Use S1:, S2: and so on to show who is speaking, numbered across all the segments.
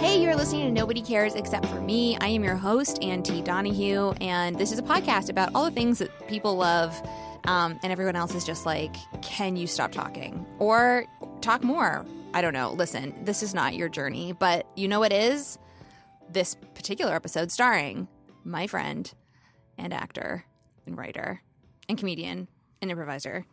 S1: Hey, you're listening to Nobody Cares Except for Me. I am your host, Auntie Donahue, and this is a podcast about all the things that people love, um, and everyone else is just like, can you stop talking or talk more? I don't know. Listen, this is not your journey, but you know it is. This particular episode starring my friend and actor and writer and comedian and improviser,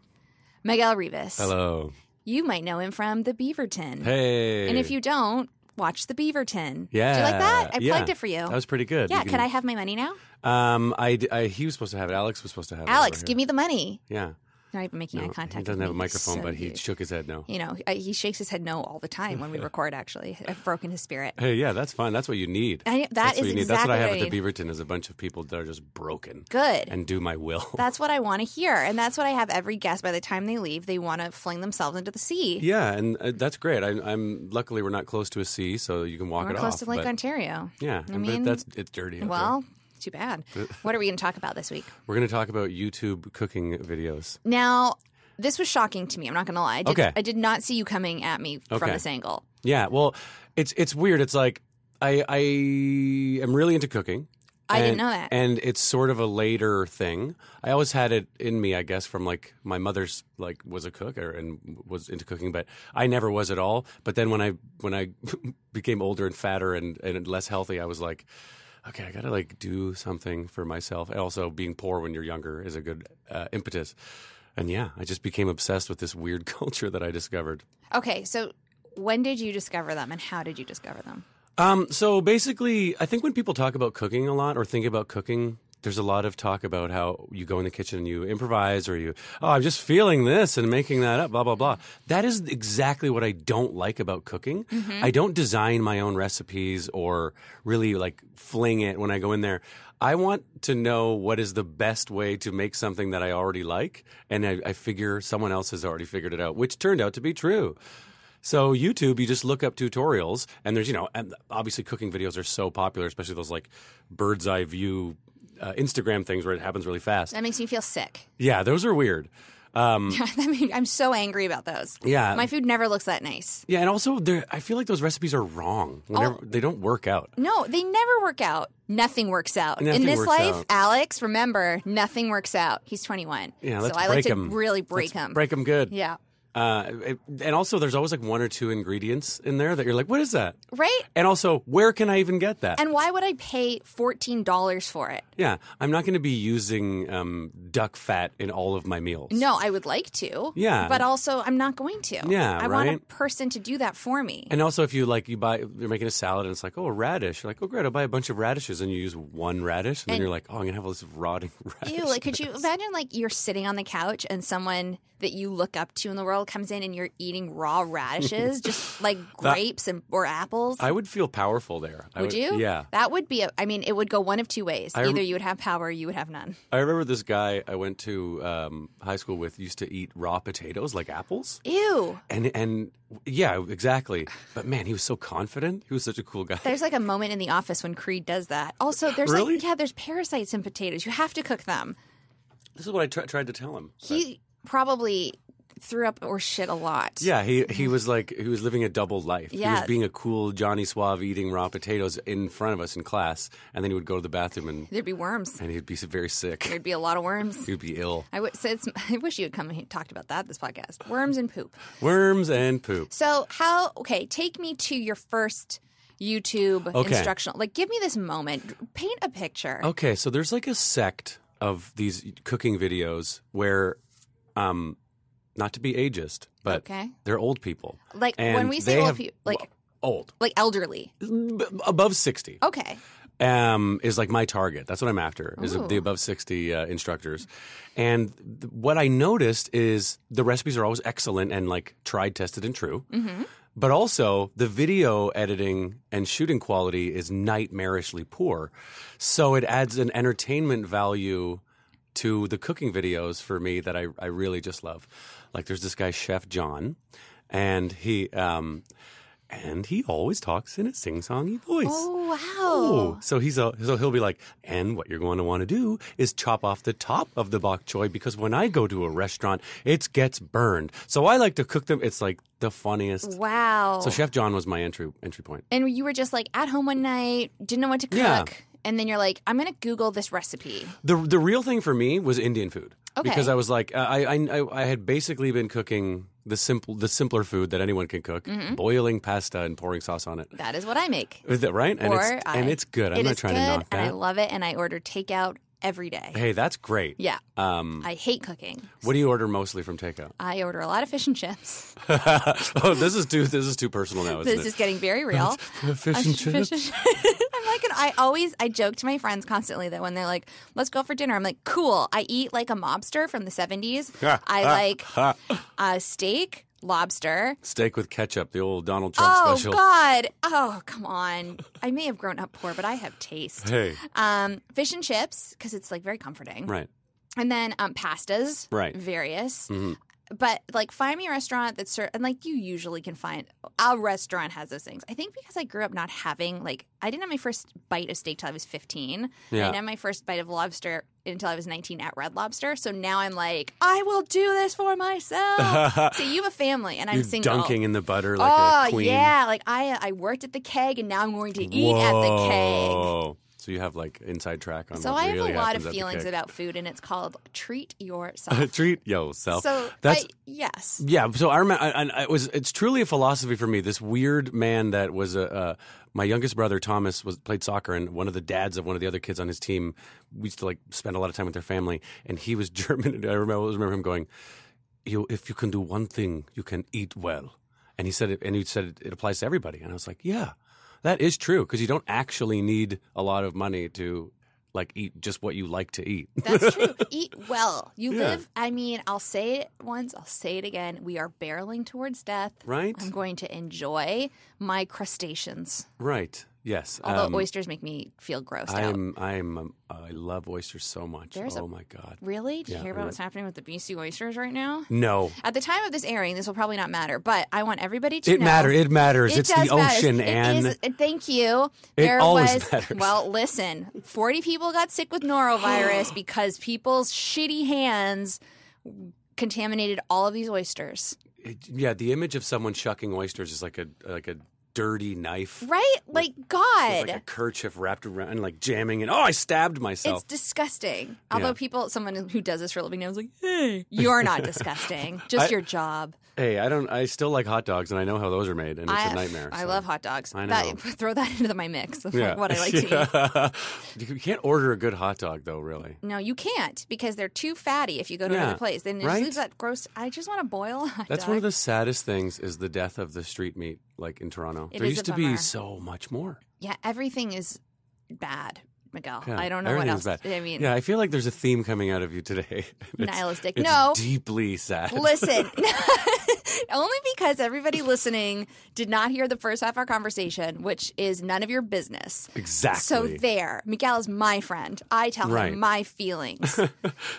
S1: Miguel Rivas.
S2: Hello.
S1: You might know him from The Beaverton.
S2: Hey.
S1: And if you don't, watch The Beaverton.
S2: yeah,
S1: Did you like that? I
S2: yeah.
S1: plugged it for you.
S2: That was pretty good.
S1: yeah,
S2: You
S1: can, I have my money now?
S2: Um, I, d- I- he was supposed to have it. Alex was supposed to have it.
S1: Alex, give me the money.
S2: Yeah.
S1: Not even making eye
S2: No,
S1: contact.
S2: He
S1: with
S2: doesn't have a
S1: me. He's
S2: microphone,
S1: so
S2: but he
S1: huge.
S2: shook his head no.
S1: You know, I- he shakes his head no all the time when we record, actually. I've broken his spirit.
S2: Hey, yeah, that's fine. That's what you need.
S1: I- that
S2: that's
S1: is
S2: what you need. That's
S1: exactly
S2: what I have
S1: what I
S2: at the Beaverton is a bunch of people that are just broken
S1: Good.
S2: and do my will.
S1: that's what I want to hear. And that's what I have every guest. By the time they leave, they want to fling themselves into the sea.
S2: yeah, and uh, that's great. I, I'm luckily we're not close to a sea, so you can walk
S1: We're
S2: it
S1: close
S2: off.
S1: to Lake
S2: but-
S1: Ontario.
S2: Yeah,
S1: I
S2: and-
S1: mean,
S2: but that's Uh. it's dirty. out
S1: Well, too bad. What are we going to talk about this week?
S2: there. we're going to talk about YouTube cooking videos.
S1: Now, this was shocking to me. I'm not going to lie. I did,
S2: Okay.
S1: I did not see you coming at me from
S2: Okay.
S1: this angle.
S2: Yeah, well, it's it's weird. It's like I I am really into cooking.
S1: I didn't
S2: And-
S1: know that.
S2: And it's sort of a later thing. I always had it in me, I guess, from like my mother's like was a cook or, and was into cooking, but I never was at all. But then when I when I became older and fatter and, and less healthy, I was like, okay, I gotta like do something for myself. And also, being poor when you're younger is a good uh, impetus. And yeah, I just became obsessed with this weird culture that I discovered.
S1: Okay, so when did you discover them and how did you discover them?
S2: Um, so basically, I think when people talk about cooking a lot or think about cooking, there's a lot of talk about how you go in the kitchen and you improvise or you, oh, I'm just feeling this and making that up, blah, blah, blah. That is exactly what I don't like about cooking. I don't design my own recipes or really like fling it when I go in there. I want to know what is the best way to make something that I already like. And I, I figure someone else has already figured it out, which turned out to be true. So YouTube, you just look up tutorials, and there's you know, and obviously cooking videos are so popular, especially those like bird's eye view uh, Instagram things where it happens really fast.
S1: That makes me feel sick.
S2: Yeah, those are weird. Um,
S1: I mean, I'm so angry about those.
S2: Yeah.
S1: My food never looks that nice.
S2: yeah, and also there, I feel like those recipes are wrong.
S1: Oh.
S2: Whenever, They don't work out.
S1: No, they never work out. Nothing works out.
S2: Nothing
S1: In this
S2: works
S1: life,
S2: out.
S1: Alex, remember, nothing works out. He's 21.
S2: Yeah,
S1: so
S2: let's
S1: I like
S2: break
S1: to
S2: them.
S1: really break him.
S2: Break them good.
S1: Yeah.
S2: Uh, it- and also, there's always like one or two ingredients in there that you're like, what is that?
S1: Right?
S2: And also, where can I even get that?
S1: And why would I pay $14 for it?
S2: yeah, I'm not going to be using um, duck fat in all of my meals.
S1: No, I would like to.
S2: Yeah.
S1: But also, I'm not going to.
S2: Yeah,
S1: I want a
S2: right?
S1: person to do that for me.
S2: And also, if you like, you buy, you're making a salad and it's like, oh, a radish. You're like, oh, great, I'll buy a bunch of radishes. And you use one radish. And,
S1: And-
S2: then you're like, oh, I'm going to have all this rotting radish.
S1: Ew, like could you imagine like you're sitting on the couch and someone that you look up to in the world comes in and you're eating raw radishes, just like grapes and or apples?
S2: I would feel powerful there. I
S1: would, you?
S2: Yeah.
S1: That would be a I mean, it would go one of two ways.
S2: I rem-
S1: Either you would have power or you would have none.
S2: I remember this guy I went to um, high school with used to eat raw potatoes, like apples.
S1: Ew.
S2: And, and yeah, exactly. But man, he was so confident. He was such a cool guy.
S1: There's like a moment in the office when Creed does that. Also, there's
S2: Really?
S1: like yeah, there's parasites in potatoes. You have to cook them.
S2: this is what I tr- tried to tell him.
S1: He probably threw up or shit a lot.
S2: Yeah, he he was like he was living a double life. He
S1: Yeah.
S2: was being a cool Johnny Suave eating raw potatoes in front of us in class, and then he would go to the bathroom and
S1: There'd be worms.
S2: and he'd be very sick.
S1: There'd be a lot of worms.
S2: He'd be ill.
S1: I, w- so it's, I wish you had come and talked about that this podcast. Worms and poop.
S2: Worms and poop.
S1: So how? Okay, take me to your first YouTube
S2: Okay.
S1: instructional. Like, give me this moment. Paint a picture.
S2: Okay, so there's like a sect of these cooking videos where, um, not to be ageist, but
S1: Okay.
S2: they're old people.
S1: Like,
S2: And
S1: when we say
S2: they
S1: old
S2: have-
S1: peo- like-
S2: old,
S1: Like elderly.
S2: b- above sixty.
S1: Okay.
S2: um, is like my target. That's what I'm after is the above 60 uh, instructors. And th- what I noticed is the recipes are always excellent and like tried, tested, and true. But also the video editing and shooting quality is nightmarishly poor. So it adds an entertainment value to the cooking videos for me that I, I really just love. Like there's this guy Chef John, and he um, and he always talks in a sing-songy voice.
S1: Oh, wow.
S2: Oh, so he's a so he'll be like, and what you're going to want to do is chop off the top of the bok choy because when I go to a restaurant, it gets burned. So I like to cook them. It's like the funniest.
S1: Wow.
S2: So Chef John was my entry entry point.
S1: and you were just like at home one night, didn't know what to cook.
S2: Yeah.
S1: And then you're like, I'm going to Google this recipe.
S2: The the real thing for me was Indian food
S1: Okay.
S2: because I was like uh, I I, I I had basically been cooking the simple the simpler food that anyone can cook,
S1: Mm-hmm.
S2: boiling pasta and pouring sauce on it.
S1: That is what I make.
S2: Is that right? And
S1: or
S2: it's
S1: I,
S2: and it's good. I'm
S1: It
S2: not
S1: is
S2: trying
S1: good,
S2: to knock
S1: And I
S2: that.
S1: love it. And I order takeout every day.
S2: hey, that's great.
S1: Yeah.
S2: Um,
S1: I hate cooking.
S2: what do you order mostly from takeout?
S1: I order a lot of fish and chips.
S2: oh, this is too this is too personal now, isn't
S1: this is getting very real.
S2: it? Fish and chips.
S1: Fish and- I'm like, an, I always, I joke to my friends constantly that when they're like, let's go for dinner, I'm like, cool. I eat like a mobster from the 70s. I like uh, steak, lobster.
S2: Steak with ketchup, the old Donald Trump
S1: Oh,
S2: special.
S1: God. Oh, come on. I may have grown up poor, but I have taste.
S2: Hey,
S1: Um, fish and chips, because it's like very comforting.
S2: right.
S1: And then um, pastas.
S2: Right. Mm-hmm.
S1: Various. But like, find me a restaurant that's ser- and like you usually can find a restaurant has those things. I think because I grew up not having like I didn't have my first bite of steak till I was fifteen. I
S2: Yeah.
S1: didn't have my first bite of lobster until I was nineteen at Red Lobster. So now I'm like, I will do this for myself. so you have a family and I'm
S2: You're
S1: single.
S2: dunking in the butter like
S1: oh
S2: a queen.
S1: yeah, like I I worked at the keg and now I'm going to eat at the keg.
S2: Whoa. So you have like inside track on
S1: So
S2: what
S1: I have
S2: really
S1: a lot of
S2: happens at the
S1: feelings
S2: keg.
S1: about food, and it's called treat yourself.
S2: treat yourself.
S1: so
S2: that's
S1: I, yes,
S2: Yeah, so I remember, and it was it's truly a philosophy for me. This weird man that was a, uh, my youngest brother Thomas was played soccer, and one of the dads of one of the other kids on his team. We used to like spend a lot of time with their family, and he was German. And I remember, I always remember him going, "You, if you can do one thing, you can eat well." And he said, it, and he said it, it applies to everybody. And I was like, "Yeah, that is true," because you don't actually need a lot of money to like eat just what you like to eat.
S1: that's true. Eat well. You
S2: Yeah.
S1: live. I mean, I'll say it once. I'll say it again. We are barreling towards death.
S2: Right.
S1: I'm going to enjoy my crustaceans.
S2: right? Yes.
S1: Although
S2: um,
S1: oysters make me feel grossed out.
S2: I'm I'm um, I love oysters so much.
S1: There's a-
S2: oh my god.
S1: Really? Did you
S2: Yeah,
S1: hear
S2: I
S1: about what's happening with the BC oysters right now?
S2: No.
S1: At the time of this airing, this will probably not matter, but I want everybody to
S2: It
S1: know.
S2: matter it matters. it's
S1: does
S2: the ocean
S1: matter.
S2: and
S1: It is, thank you.
S2: It
S1: there
S2: always
S1: was
S2: matters.
S1: well, listen. Forty people got sick with norovirus because people's shitty hands contaminated all of these oysters.
S2: it- yeah, the image of someone shucking oysters is like a like a dirty knife.
S1: Right? Like
S2: with
S1: God.
S2: Like a kerchief wrapped around and like jamming and oh I stabbed myself.
S1: it's disgusting. Although
S2: Yeah.
S1: people, someone who does this for a living knows, like, hey, you're not disgusting. Just
S2: I-
S1: your job.
S2: hey, I don't I still like hot dogs and I know how those are made and it's
S1: I
S2: a nightmare.
S1: I
S2: so.
S1: love hot dogs.
S2: I
S1: That,
S2: know.
S1: throw that into my mix of
S2: yeah.
S1: what I like to eat.
S2: yeah. You can't order a good hot dog though, really.
S1: No, you can't because they're too fatty. If you go to
S2: Yeah,
S1: another place, then it just
S2: right?
S1: leaves that gross. I just want to boil. a hot
S2: That's one of
S1: dog.
S2: the saddest things is the death of the street meat like in Toronto.
S1: It
S2: there
S1: is a
S2: used to
S1: bummer.
S2: be so much more.
S1: yeah. Everything is bad, Miguel.
S2: Yeah,
S1: I don't know what else.
S2: everything's
S1: I mean,
S2: yeah, I feel like there's a theme coming out of you today. It's-
S1: Nihilistic.
S2: It's
S1: No.
S2: deeply sad.
S1: listen. Only because everybody listening did not hear the first half of our conversation, which is none of your business.
S2: Exactly.
S1: So there, Miguel is my friend. I tell
S2: Right.
S1: him my feelings.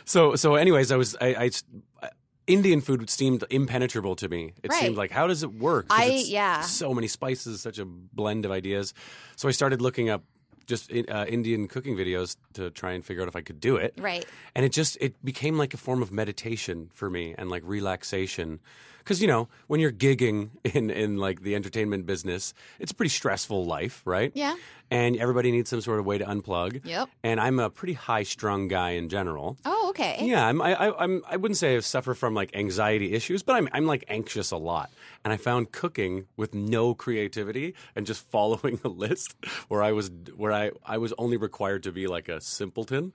S2: so so. Anyways, I was I, I s- I- Indian food seemed impenetrable to me. It
S1: Right.
S2: seemed like how does it work? 'Cause
S1: I-
S2: it's
S1: yeah.
S2: So many spices, such a blend of ideas. So I started looking up just in, uh, Indian cooking videos to try and figure out if I could do it.
S1: Right.
S2: And it just it became like a form of meditation for me and like relaxation. Cuz you know, when you're gigging in in like the entertainment business, it's a pretty stressful life, right?
S1: Yeah.
S2: And everybody needs some sort of way to unplug.
S1: Yep.
S2: And I'm a pretty high-strung guy in general.
S1: oh, okay.
S2: Yeah, I'm, I, I, I'm. I wouldn't say I suffer from like anxiety issues, but I'm, I'm like anxious a lot. And I found cooking with no creativity and just following a list, where I was, where I, I was only required to be like a simpleton.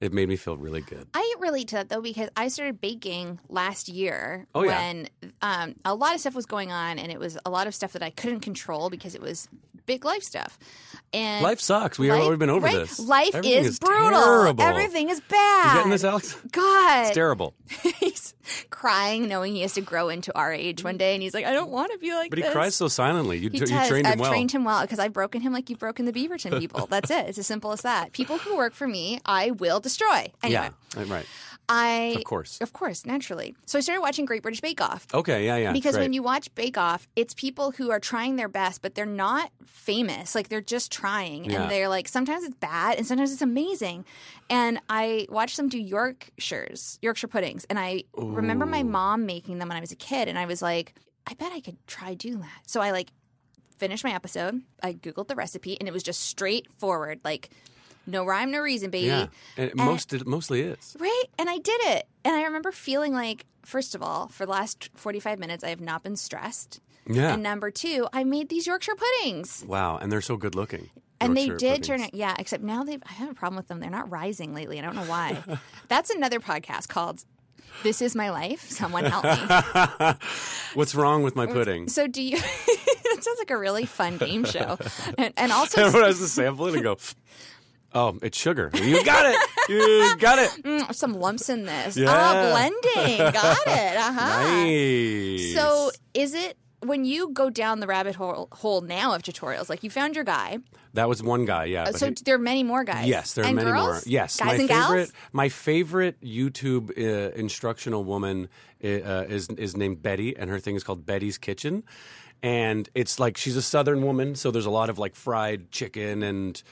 S2: It made me feel really good.
S1: I relate to that though because I started baking last year
S2: Oh, yeah.
S1: when um, a lot of stuff was going on and it was a lot of stuff that I couldn't control because it was big life stuff. And
S2: Life sucks. We have
S1: life-
S2: already been over
S1: right?
S2: this.
S1: Life
S2: Everything
S1: is, brutal.
S2: Terrible.
S1: Everything is
S2: You
S1: bad.
S2: getting this, Alex? It's
S1: God,
S2: terrible.
S1: he's crying knowing he has to grow into our age one day, and he's like, I don't want to be like
S2: But he
S1: this.
S2: cries so silently. You,
S1: He
S2: you
S1: does.
S2: trained
S1: I've
S2: him well.
S1: trained him well because I've broken him like you've broken the Beaverton people. That's it. It's as simple as that. People who work for me, I will destroy. Anyway,
S2: Yeah, right, right.
S1: I
S2: Of course.
S1: of course, naturally. So I started watching Great British Bake Off
S2: Okay, yeah, yeah.
S1: because
S2: great.
S1: when you watch Bake Off, it's people who are trying their best, but they're not famous. Like they're just trying,
S2: Yeah.
S1: and they're like sometimes it's bad and sometimes it's amazing. And I watched them do Yorkshires, Yorkshire puddings, and I remember my mom making them when I was a kid, and I was like, I bet I could try doing that. So I like finished my episode. I googled the recipe, and it was just straightforward, like no rhyme, no reason, baby.
S2: yeah, and it most it mostly is.
S1: Right? And I did it. And I remember feeling like, first of all, for the last 45 minutes, I have not been stressed.
S2: Yeah.
S1: And number two, I made these Yorkshire puddings.
S2: wow, and they're so good looking.
S1: And they
S2: Yorkshire
S1: did turn
S2: puddings.
S1: it, yeah. Except now they, I have a problem with them. They're not rising lately. I don't know why. That's another podcast called "This Is My Life." Someone help me.
S2: What's wrong with my pudding?
S1: So, do you? that sounds like a really fun game show. And, and also,
S2: Everyone has to sample it and go. Oh, it's sugar. You got it. You got it.
S1: mm, some lumps in this.
S2: Yeah.
S1: Ah, blending. Got it. Uh huh.
S2: Nice.
S1: So is it when you go down the rabbit hole, hole now of tutorials? Like you found your guy,
S2: that was one guy. Yeah.
S1: Uh,
S2: but
S1: so
S2: he-
S1: there are many more guys.
S2: Yes, there are
S1: and
S2: many
S1: girls?
S2: more. Yes,
S1: guys
S2: my
S1: and
S2: favorite,
S1: gals.
S2: my favorite YouTube uh, instructional woman i- uh, is is named Betty, and her thing is called Betty's Kitchen, and it's like she's a Southern woman, so there's a lot of like fried chicken and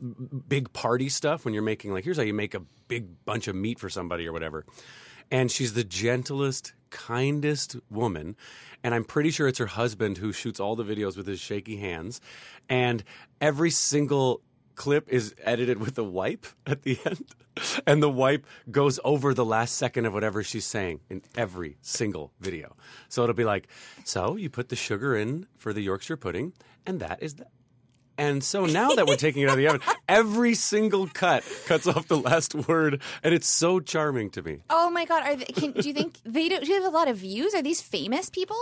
S2: b- big party stuff when you're making like here's how you make a big bunch of meat for somebody or whatever, and she's the gentlest. Kindest woman, and I'm pretty sure it's her husband who shoots all the videos with his shaky hands. And every single clip is edited with a wipe at the end, and the wipe goes over the last second of whatever she's saying in every single video. So it'll be like, so you put the sugar in for the Yorkshire pudding, and that is that. And so now that we're taking it out of the oven, every single cut cuts off the last word, and it's so charming to me.
S1: Oh my god! Are they, can, do you think they do? Do you have a lot of views? Are these famous people?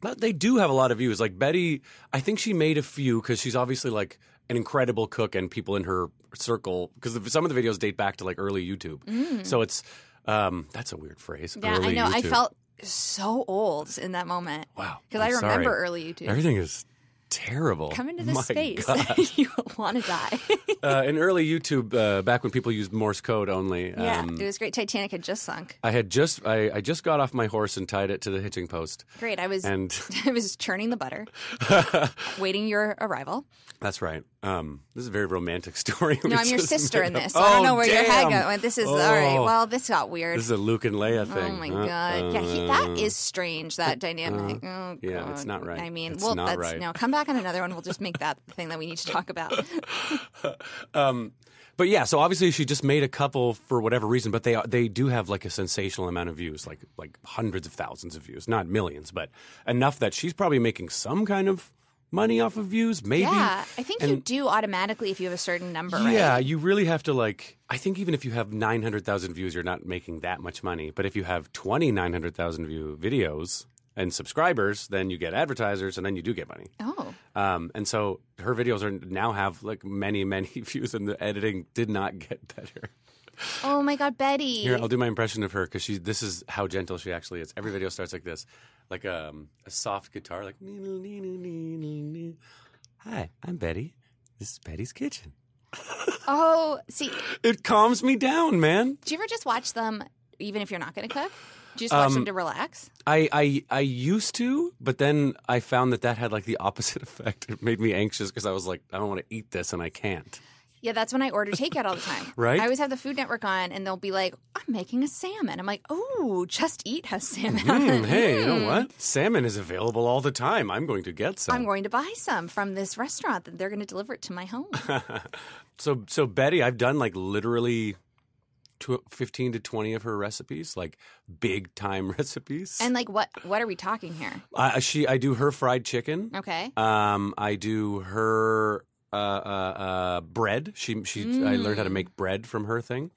S2: But they do have a lot of views. Like Betty, I think she made a few because she's obviously like an incredible cook, and people in her circle because some of the videos date back to like early YouTube. So it's um, that's a weird phrase.
S1: Mm. Yeah, I
S2: early
S1: know. I
S2: YouTube.
S1: felt so old in that moment.
S2: wow
S1: because I
S2: I'm sorry.
S1: remember early YouTube.
S2: Everything is terrible.
S1: Come into this
S2: My
S1: space,
S2: God.
S1: you want to die.
S2: uh, in early YouTube, uh, back when people used Morse code only.
S1: yeah,
S2: um,
S1: it was great. Titanic had just sunk.
S2: I had just I, I just got off my horse and tied it to the hitching post,
S1: Great. I was
S2: and
S1: I was churning the butter, waiting your arrival.
S2: that's right. Um, this is a very romantic story.
S1: No,
S2: We
S1: I'm your
S2: just
S1: sister
S2: made
S1: in
S2: up.
S1: this. So I don't
S2: Oh,
S1: know where your head
S2: damn.
S1: goes. This is all right.
S2: Oh.
S1: Well, this got weird.
S2: This is a Luke and Leia
S1: oh
S2: thing.
S1: my
S2: Uh,
S1: god! Yeah, he,
S2: uh,
S1: that is strange. That dynamic. oh,
S2: yeah,
S1: god.
S2: it's not right.
S1: I mean,
S2: It's
S1: well,
S2: not
S1: that's
S2: right.
S1: no. Come back on another one. We'll just make that the thing that we need to talk about.
S2: Um, but yeah, so obviously she just made a couple for whatever reason, but they are- they do have like a sensational amount of views, like like hundreds of thousands of views, not millions, but enough that she's probably making some kind of money off of views, maybe.
S1: yeah, I think you
S2: And-
S1: do automatically if you have a certain number.
S2: Yeah,
S1: right?
S2: you really have to like. I think even if you have nine hundred thousand views, you're not making that much money. But if you have twenty nine hundred thousand view videos and subscribers, then you get advertisers, and then you do get money.
S1: Oh,
S2: Um, and so her videos are now have like many, many views, and the editing did not get better.
S1: oh my god, Betty.
S2: Here, I'll do my impression of her because she. This is how gentle she actually is. Every video starts like this, like um, a soft guitar, like. "Nee-nee, nee-nee, nee-nee, nee." Hi, I'm Betty. This is Betty's Kitchen.
S1: oh, see,
S2: It calms me down, man.
S1: do you ever just watch them even if you're not going to cook? Do you just watch
S2: Um,
S1: them to relax?
S2: I, I I used to, but then I found that that had like the opposite effect. It made me anxious because I was like, I don't want to eat this, and I can't.
S1: Yeah, that's when I order takeout all the time.
S2: Right?
S1: I always have the Food Network on, and they'll be like, "I'm making a salmon." I'm like, "Oh, just eat has salmon." on
S2: Hmm,
S1: it."
S2: hey, you know what? Salmon is available all the time. I'm going to get some.
S1: I'm going to buy some from this restaurant that they're going to deliver it to my home.
S2: So so Betty, I've done like literally tw- 15 to 20 of her recipes, like big time recipes.
S1: and like, what what are we talking here?
S2: I, I- she I do her fried chicken.
S1: Okay,
S2: Um I do her uh, uh, uh, bread. She she I learned how to make bread from her thing.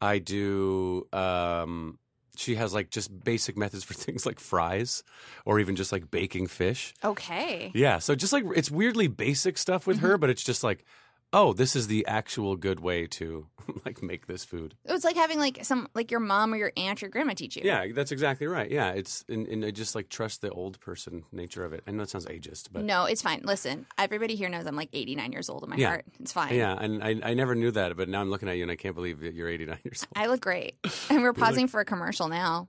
S2: I do. Um, she has like just basic methods for things like fries, or even just like baking fish.
S1: Okay.
S2: Yeah. So just like it's weirdly basic stuff with her, but it's just like, oh, this is the actual good way to like make this food.
S1: It's like having like some like your mom or your aunt or grandma teach you.
S2: Yeah, that's exactly right. Yeah, it's and, and I just like trust the old person nature of it. I know it sounds ageist, but
S1: No, it's fine. Listen, everybody here knows I'm like 89 years old in my
S2: Yeah.
S1: heart. It's fine.
S2: yeah, and I, I never knew that, but now I'm looking at you and I can't believe that you're 89 years old.
S1: I look great. And we're pausing for a commercial now.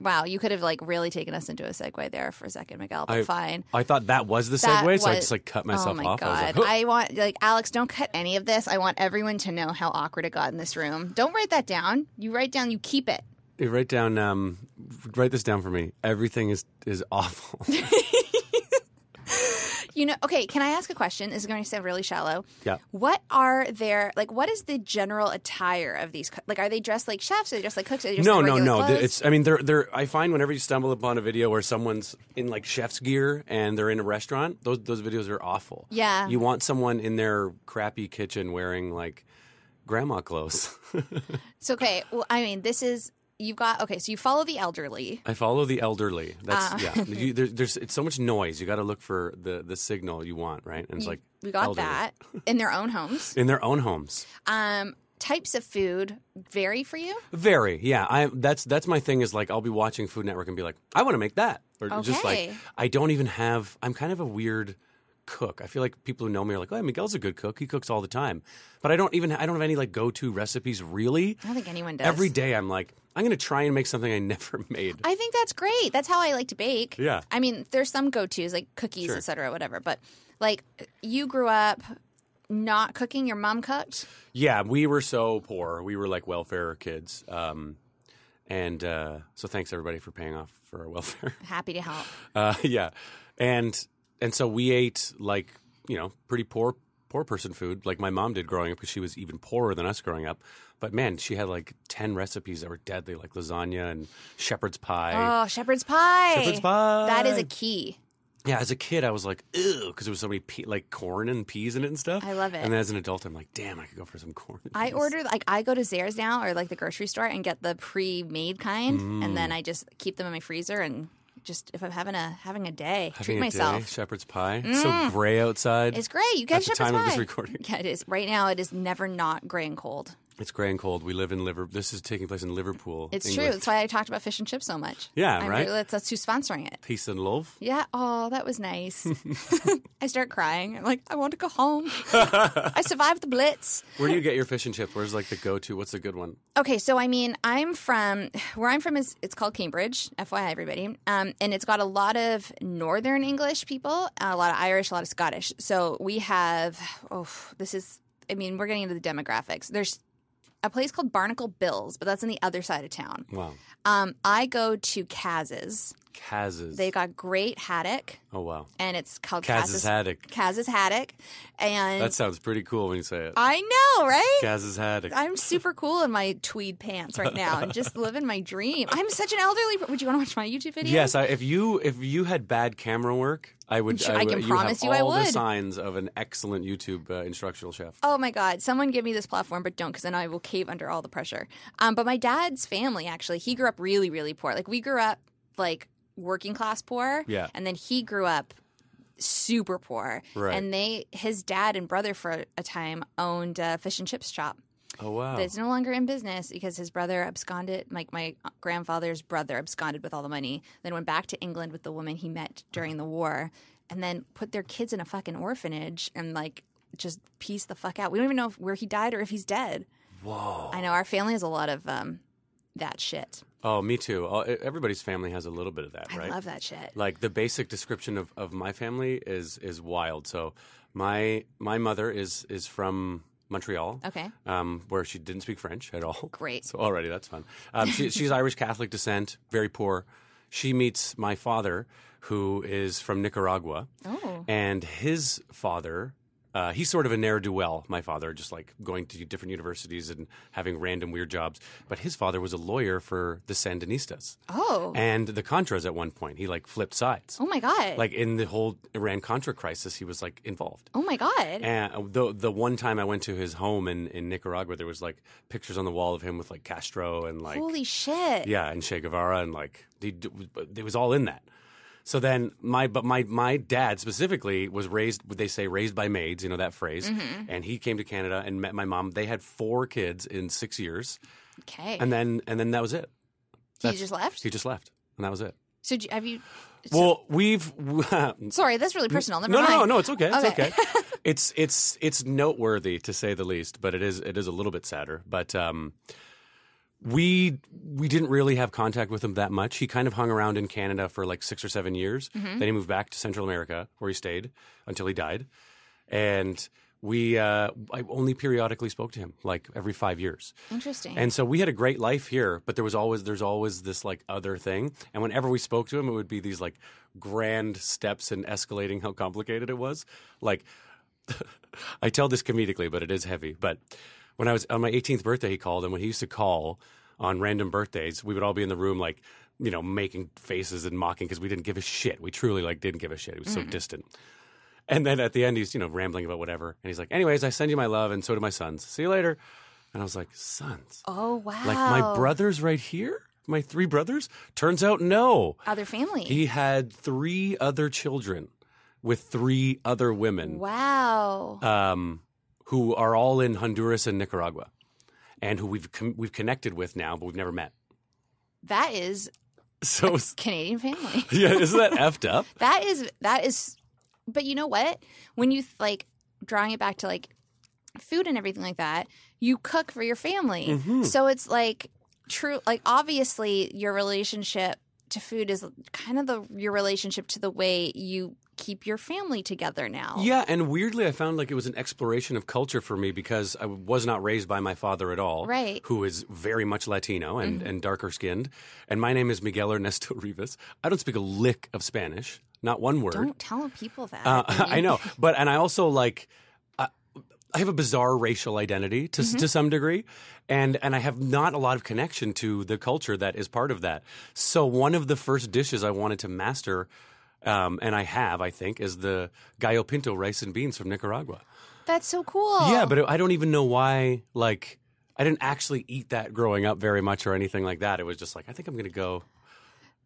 S1: Wow, you could have like really taken us into a segue there for a second, Miguel, but
S2: I,
S1: fine.
S2: I thought that was the
S1: That
S2: segue, so I
S1: was-
S2: just like cut myself
S1: oh my
S2: off. I was
S1: God.
S2: like, "Huh."
S1: I want like Alex, don't cut any of this. I want everyone to know how awkward it got in this room. Don't write that down. You write down, you keep it.
S2: Hey, write down, um, write this down for me. Everything is is awful.
S1: You know, okay, can I ask a question? This is going to sound really shallow.
S2: Yeah.
S1: What are their like what is the general attire of these co- like are they dressed like chefs? Are they dressed like cooks? Are they dressed
S2: no,
S1: like
S2: no,
S1: regular
S2: no.
S1: Clothes?
S2: Th- It's I mean, they're they're. I find whenever you stumble upon a video where someone's in like chef's gear and they're in a restaurant, those those videos are awful.
S1: Yeah.
S2: you want someone in their crappy kitchen wearing like grandma clothes.
S1: So okay, well, I mean, this is you've got okay. So you follow the elderly.
S2: I follow the elderly. That's
S1: Ah.
S2: yeah. You, there, there's it's so much noise. You got to look for the the signal you want, right? And it's like
S1: We got
S2: elderly.
S1: that in their own homes.
S2: in their own homes.
S1: Um, types of food vary for you.
S2: Very, yeah. I that's that's my thing is like I'll be watching Food Network and be like, I want to make that, or just like
S1: Okay.
S2: I don't even have. I'm kind of a weird cook. I feel like people who know me are like, oh, Miguel's a good cook. He cooks all the time, but I don't even I don't have any like go to recipes really.
S1: I don't think anyone does.
S2: Every day I'm like, I'm gonna try and make something I never made.
S1: I think that's great. That's how I like to bake.
S2: Yeah.
S1: I mean, there's some go tos like cookies,
S2: Sure.
S1: et cetera, whatever. But like, you grew up not cooking. Your mom cooked.
S2: Yeah, we were so poor. We were like welfare kids. Um, and uh, so thanks everybody for paying off for our welfare.
S1: Happy to help.
S2: Uh, yeah, and and so we ate like you know pretty poor poor person food, like my mom did growing up, because she was even poorer than us growing up. But man, she had like ten recipes that were deadly, like lasagna and shepherd's pie.
S1: Oh, shepherd's pie.
S2: Shepherd's pie.
S1: That is a key.
S2: yeah, as a kid, I was like, ew, because there was so many pe- like corn and peas in it and stuff.
S1: I love it.
S2: And then as an adult, I'm like, damn, I could go for some corn. and
S1: I
S2: peas.
S1: order like I go to Zares now or like the grocery store and get the pre-made kind,
S2: Mm.
S1: and then I just keep them in my freezer and just if I'm having a having a day,
S2: Having
S1: treat
S2: a
S1: myself. Mm.
S2: Day, shepherd's pie. It's so gray outside.
S1: It's great. You guys
S2: At the
S1: shepherd's
S2: time
S1: pie.
S2: of this recording.
S1: Yeah, it is. Right now, it is never not gray and cold.
S2: It's gray and cold. We live in Liverpool. This is taking place in Liverpool.
S1: It's
S2: England.
S1: true. That's why I talked about fish and chips so much.
S2: Yeah,
S1: I'm
S2: right?
S1: really- that's, that's who's sponsoring it.
S2: Peace and love.
S1: Yeah. Oh, that was nice. I start crying. I'm like, I want to go home. I survived the blitz.
S2: Where do you get your fish and chip? Where's like the go-to? What's the good one?
S1: Okay, so I mean, I'm from where I'm from is it's called Cambridge, FYI, everybody, um, and it's got a lot of Northern English people, a lot of Irish, a lot of Scottish. So we have, oh, this is, I mean, we're getting into the demographics. There's a place called Barnacle Bills, but that's on the other side of town.
S2: Wow,
S1: Um, I go to Kaz's.
S2: Kaz's.
S1: They got great haddock,
S2: oh wow,
S1: and it's called
S2: Kaz's haddock.
S1: Kaz's haddock, and
S2: That sounds pretty cool when you say it.
S1: I know, right?
S2: Kaz's haddock.
S1: I'm super cool in my tweed pants right now, just living my dream. I'm such an elderly. Would you want to watch my YouTube video?
S2: Yes, I, if you if you had bad camera work, I would.
S1: Sure, I
S2: would-
S1: can
S2: you
S1: promise
S2: have
S1: you I
S2: all the
S1: would.
S2: signs of an excellent YouTube uh, instructional chef.
S1: Oh my God! Someone give me this platform, but don't, because then I will cave under all the pressure. Um, but my dad's family actually, he grew up really, really poor. Like we grew up like working class poor.
S2: Yeah.
S1: And then he grew up super poor.
S2: Right.
S1: And they, his dad and brother, for a time owned a fish and chips shop.
S2: Oh wow,
S1: that's no longer in business because his brother absconded like my grandfather's brother absconded with all the money then went back to england with the woman he met during the war and then put their kids in a fucking orphanage and like just piece the fuck out we don't even know if, where he died or if he's dead
S2: whoa.
S1: i know our family has a lot of um that shit
S2: Oh, me too. All, e- everybody's family has a little bit of that,
S1: I
S2: right?
S1: love that shit.
S2: Like the basic description of, of my family is is wild. So my my mother is is from Montreal.
S1: Okay.
S2: Um, where she didn't speak French at all.
S1: Great.
S2: So already that's fun. Um, she, she's Irish Catholic descent, very poor. She meets my father, who is from Nicaragua.
S1: Oh.
S2: And his father, uh, he's sort of a ne'er do well, my father, just like going to different universities and having random weird jobs. But his father was a lawyer for the Sandinistas
S1: Oh.
S2: and the Contras at one point. He like flipped sides.
S1: oh my god.
S2: Like in the whole Iran Contra crisis, he was like involved.
S1: oh my god.
S2: And uh, the the one time I went to his home in, in Nicaragua, there was like pictures on the wall of him with like Castro and like
S1: Holy shit.
S2: yeah, and Che Guevara, and like he, d- it was all in that. So then my but my my dad specifically was raised. Would they say raised by maids? You know that phrase.
S1: Mm-hmm.
S2: And he came to Canada and met my mom. They had four kids in six years,
S1: Okay.
S2: and then and then that was it.
S1: he
S2: that's-
S1: just left.
S2: He just left, and that was it.
S1: so do you- have you?
S2: well, we've
S1: Sorry, that's really personal. Never
S2: no,
S1: mind.
S2: no, no, no. It's okay. It's
S1: Okay.
S2: okay. it's it's it's noteworthy to say the least, but it is it is a little bit sadder. But um, we we didn't really have contact with him that much. He kind of hung around in Canada for like six or seven years.
S1: Mm-hmm.
S2: Then he moved back to Central America, where he stayed until he died. And we uh, I only periodically spoke to him, like every five years.
S1: Interesting.
S2: And so we had a great life here, but there was always there's always this like other thing. And whenever we spoke to him, it would be these like grand steps and escalating how complicated it was. Like I tell this comedically, but it is heavy. But when I was on my 18th birthday, he called, and when he used to call on random birthdays, we would all be in the room like you know making faces and mocking because we didn't give a shit. We truly like didn't give a shit. It was so distant. And then at the end, he's you know rambling about whatever, and he's like, "Anyways, I send you my love, and so do my sons. See you later." And I was like, "Sons."
S1: oh wow.
S2: Like my brother's right here? My three brothers? Turns out no.
S1: Other family.
S2: He had three other children with three other women
S1: wow.
S2: um, who are all in Honduras and Nicaragua and who we've com- we've connected with now but we've never met.
S1: that is
S2: So it's-
S1: Canadian family.
S2: yeah, isn't that effed up?
S1: That is that is but you know what? When you like drawing it back to like food and everything like that, you cook for your family.
S2: Mm-hmm.
S1: So it's like true like obviously your relationship to food is kind of the your relationship to the way you keep your family together now.
S2: Yeah, and weirdly, I found like it was an exploration of culture for me because I was not raised by my father at all,
S1: Right. Mm-hmm.
S2: Who is very much Latino and, and darker skinned. And my name is Miguel Ernesto Rivas. I don't speak a lick of Spanish, not one word.
S1: Don't tell people that.
S2: Uh,
S1: mean,
S2: I know, but and I also like. I- I have a bizarre racial identity to, s to some degree, and, and I have not a lot of connection to the culture that is part of that. So one of the first dishes I wanted to master, um, and I have, I think, is the gallo pinto rice and beans from Nicaragua.
S1: That's so cool.
S2: Yeah, but I don't even know why. Like, I didn't actually eat that growing up very much or anything like that. It was just like I think I'm going to go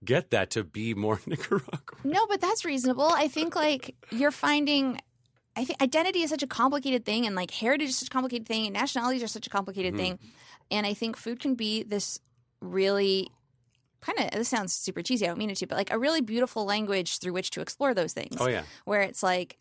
S2: get that to be more Nicaraguan.
S1: No, but that's reasonable. I think like you're finding I think identity is such a complicated thing and like heritage is such a complicated thing and nationalities are such a complicated
S2: Mm-hmm.
S1: thing. And I think food can be this really kind of this sounds super cheesy, I don't mean it to, but like a really beautiful language through which to explore those things.
S2: Oh, yeah.
S1: Where it's like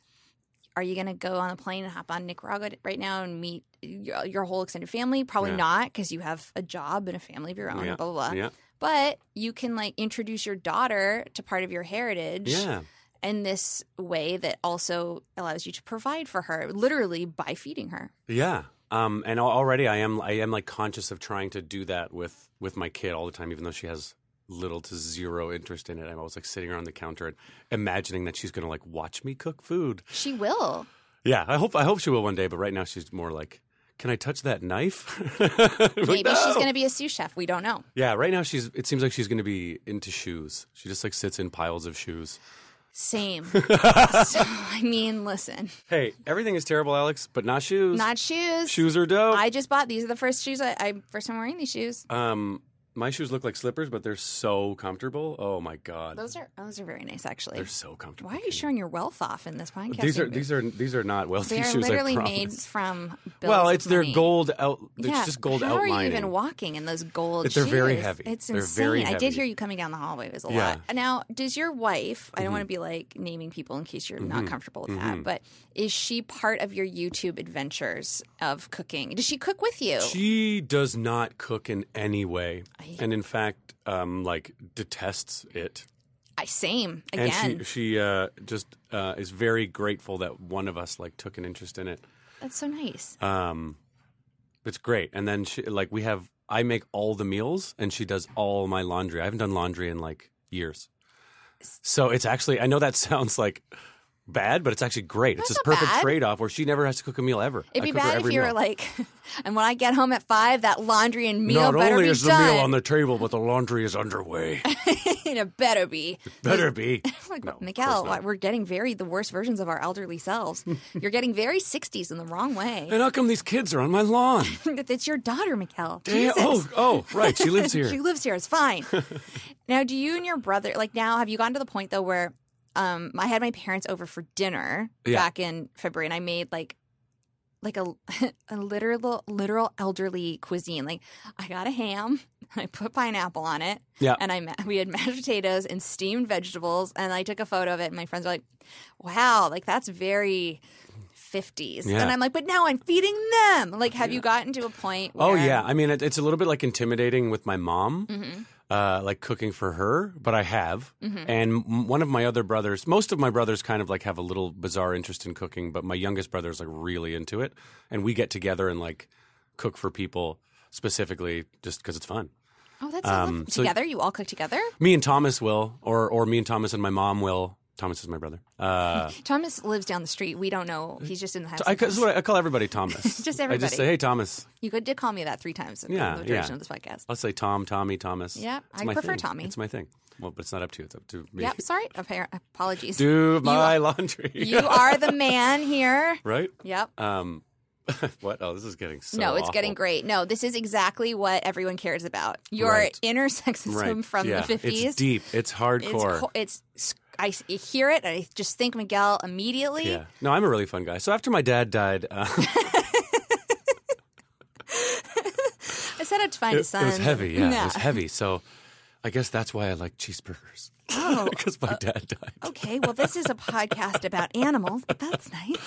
S1: are you going to go on a plane and hop on Nicaragua right now and meet your, your whole extended family? Probably
S2: Yeah.
S1: not because you have a job and a family of your own,
S2: Yeah.
S1: and blah, blah, blah.
S2: Yeah.
S1: But you can like introduce your daughter to part of your heritage
S2: Yeah.
S1: in this way that also allows you to provide for her, literally by feeding her.
S2: Yeah. Um, and al- already I am I am like conscious of trying to do that with with my kid all the time, even though she has little to zero interest in it. I'm always like sitting around the counter and imagining that she's going to like watch me cook food.
S1: She will.
S2: Yeah, I hope I hope she will one day. But right now she's more like, "Can I touch that knife?"
S1: Maybe she's going to be a sous chef. We don't know.
S2: Yeah, right now she's. It seems like she's going to be into shoes. She just like sits in piles of shoes.
S1: Same. so, I mean, listen,
S2: Hey, everything is terrible, Alex, but not shoes.
S1: not shoes.
S2: shoes are dope.
S1: I just bought these. Are the first shoes I, I first time wearing these shoes.
S2: um, my shoes look like slippers, but they're so comfortable. Oh my god,
S1: Those are those are very nice, actually.
S2: they're so comfortable.
S1: Why are you showing your wealth off in this podcast?
S2: These are these are these are not wealthy
S1: they are
S2: shoes. I
S1: literally
S2: promise.
S1: made from. Bills
S2: well,
S1: of
S2: it's their
S1: money.
S2: gold out. It's
S1: yeah.
S2: just gold
S1: How
S2: outlining.
S1: are you even walking in those gold?
S2: They're very
S1: shoes?
S2: heavy.
S1: It's
S2: They're
S1: insane.
S2: very
S1: I did
S2: heavy.
S1: hear you coming down the hallway. It was a
S2: Yeah. Mm-hmm.
S1: lot. Now, does your wife? I don't want to be like naming people in case you're not comfortable with that, but is she part of your YouTube adventures of cooking? Does she cook with you?
S2: She does not cook in any way. and in fact, um, like detests it.
S1: I same
S2: And
S1: again.
S2: she she uh, just uh, is very grateful that one of us like took an interest in it.
S1: That's so nice.
S2: Um, it's great. And then she like we have I make all the meals and she does all my laundry. I haven't done laundry in like years. So it's actually I know that sounds like bad, but it's actually great. it's this
S1: not
S2: perfect
S1: bad.
S2: trade off where she never has to cook a meal ever.
S1: It'd
S2: I
S1: be
S2: cook her
S1: bad if
S2: every
S1: you were
S2: meal.
S1: like, and when I get home at five, that laundry and meal
S2: Not
S1: better
S2: only
S1: be
S2: is
S1: done.
S2: the meal on the table, but the laundry is underway.
S1: and it better be.
S2: Better be.
S1: Like,
S2: No, of
S1: Mikkel,
S2: course not.
S1: we're getting very the worst versions of our elderly selves. You're getting very 60s in the wrong way.
S2: And how come these kids are on my lawn?
S1: it's your daughter, Mikkel.
S2: Yeah, oh, oh, right. She lives here.
S1: she lives here. It's fine. now, do you and your brother like now? Have you gotten to the point though where um, I had my parents over for dinner
S2: Yeah.
S1: back in February, and I made like like a a literal literal elderly cuisine. Like I got a ham, and I put pineapple on it,
S2: Yeah.
S1: and I ma- we had mashed potatoes and steamed vegetables, and I took a photo of it. And my friends are like, "Wow, like that's very." 50s
S2: Yeah.
S1: and i'm like but now i'm feeding them like have you gotten to a point where
S2: Oh yeah, I mean it, it's a little bit like intimidating with my mom, uh, like cooking for her. But I have, and m- one of my other brothers, most of my brothers, kind of like have a little bizarre interest in cooking. But my youngest brother is like really into it, and we get together and like cook for people specifically just because it's fun.
S1: oh that's so lovely.
S2: Um, so-
S1: together you all cook together
S2: Me and Thomas will, or or me and Thomas and my mom will. Thomas is my brother. Uh,
S1: Thomas lives down the street. We don't know. He's just in the house.
S2: I, this is what I, I call everybody Thomas.
S1: Just
S2: I just
S1: everybody.
S2: say, hey Thomas.
S1: you could did call me that three times in
S2: Yeah,
S1: the duration
S2: yeah.
S1: of this podcast.
S2: I'll say Tom, Tommy, Thomas.
S1: Yeah,
S2: It's
S1: I
S2: my
S1: prefer
S2: thing.
S1: Tommy.
S2: It's my thing. Well, but it's not up to you. It's up to me.
S1: Yep. Sorry. Appar- apologies.
S2: do my
S1: you,
S2: laundry.
S1: you are the man here.
S2: right.
S1: Yep.
S2: Um, what? Oh, this is getting so.
S1: no, it's getting
S2: awful.
S1: great. No, this is exactly what everyone cares about. Your
S2: Right.
S1: inner sexism
S2: Right.
S1: from
S2: yeah.
S1: the fifties.
S2: It's deep. It's
S1: It's,
S2: hardcore.
S1: co- it's I s- I hear it. I just think Miguel immediately.
S2: yeah. No, I'm a really fun guy. So after my dad died, uh,
S1: I set out to find
S2: it,
S1: his son.
S2: it was heavy. Yeah, it was heavy. So I guess that's why I like cheeseburgers.
S1: Oh,
S2: Because my dad died.
S1: Okay, well, this is a podcast about animals, but that's nice.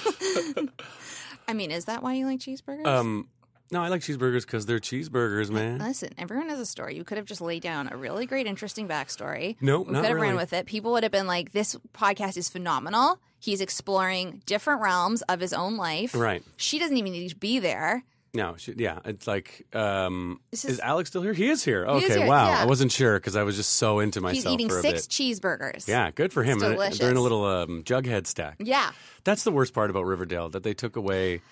S1: I mean, is that why you like cheeseburgers?
S2: Um, no, I like cheeseburgers because they're cheeseburgers, man.
S1: Listen, everyone has a story. You could have just laid down a really great, interesting backstory.
S2: No,
S1: we
S2: not
S1: could have ran
S2: really.
S1: with it. People would have been like, "This podcast is phenomenal. He's exploring different realms of his own life.
S2: Right.
S1: She doesn't even need to be there.
S2: No, she, yeah, it's like, um,
S1: This
S2: is,
S1: is-
S2: Alex still here? He is here.
S1: He
S2: Okay,
S1: is here,
S2: wow.
S1: yeah.
S2: I wasn't sure because I was just so into myself
S1: He's eating
S2: for a
S1: six
S2: bit.
S1: cheeseburgers.
S2: yeah, good for him. And They're in
S1: delicious.
S2: a little um, jughead stack.
S1: yeah.
S2: That's the worst part about Riverdale that they took away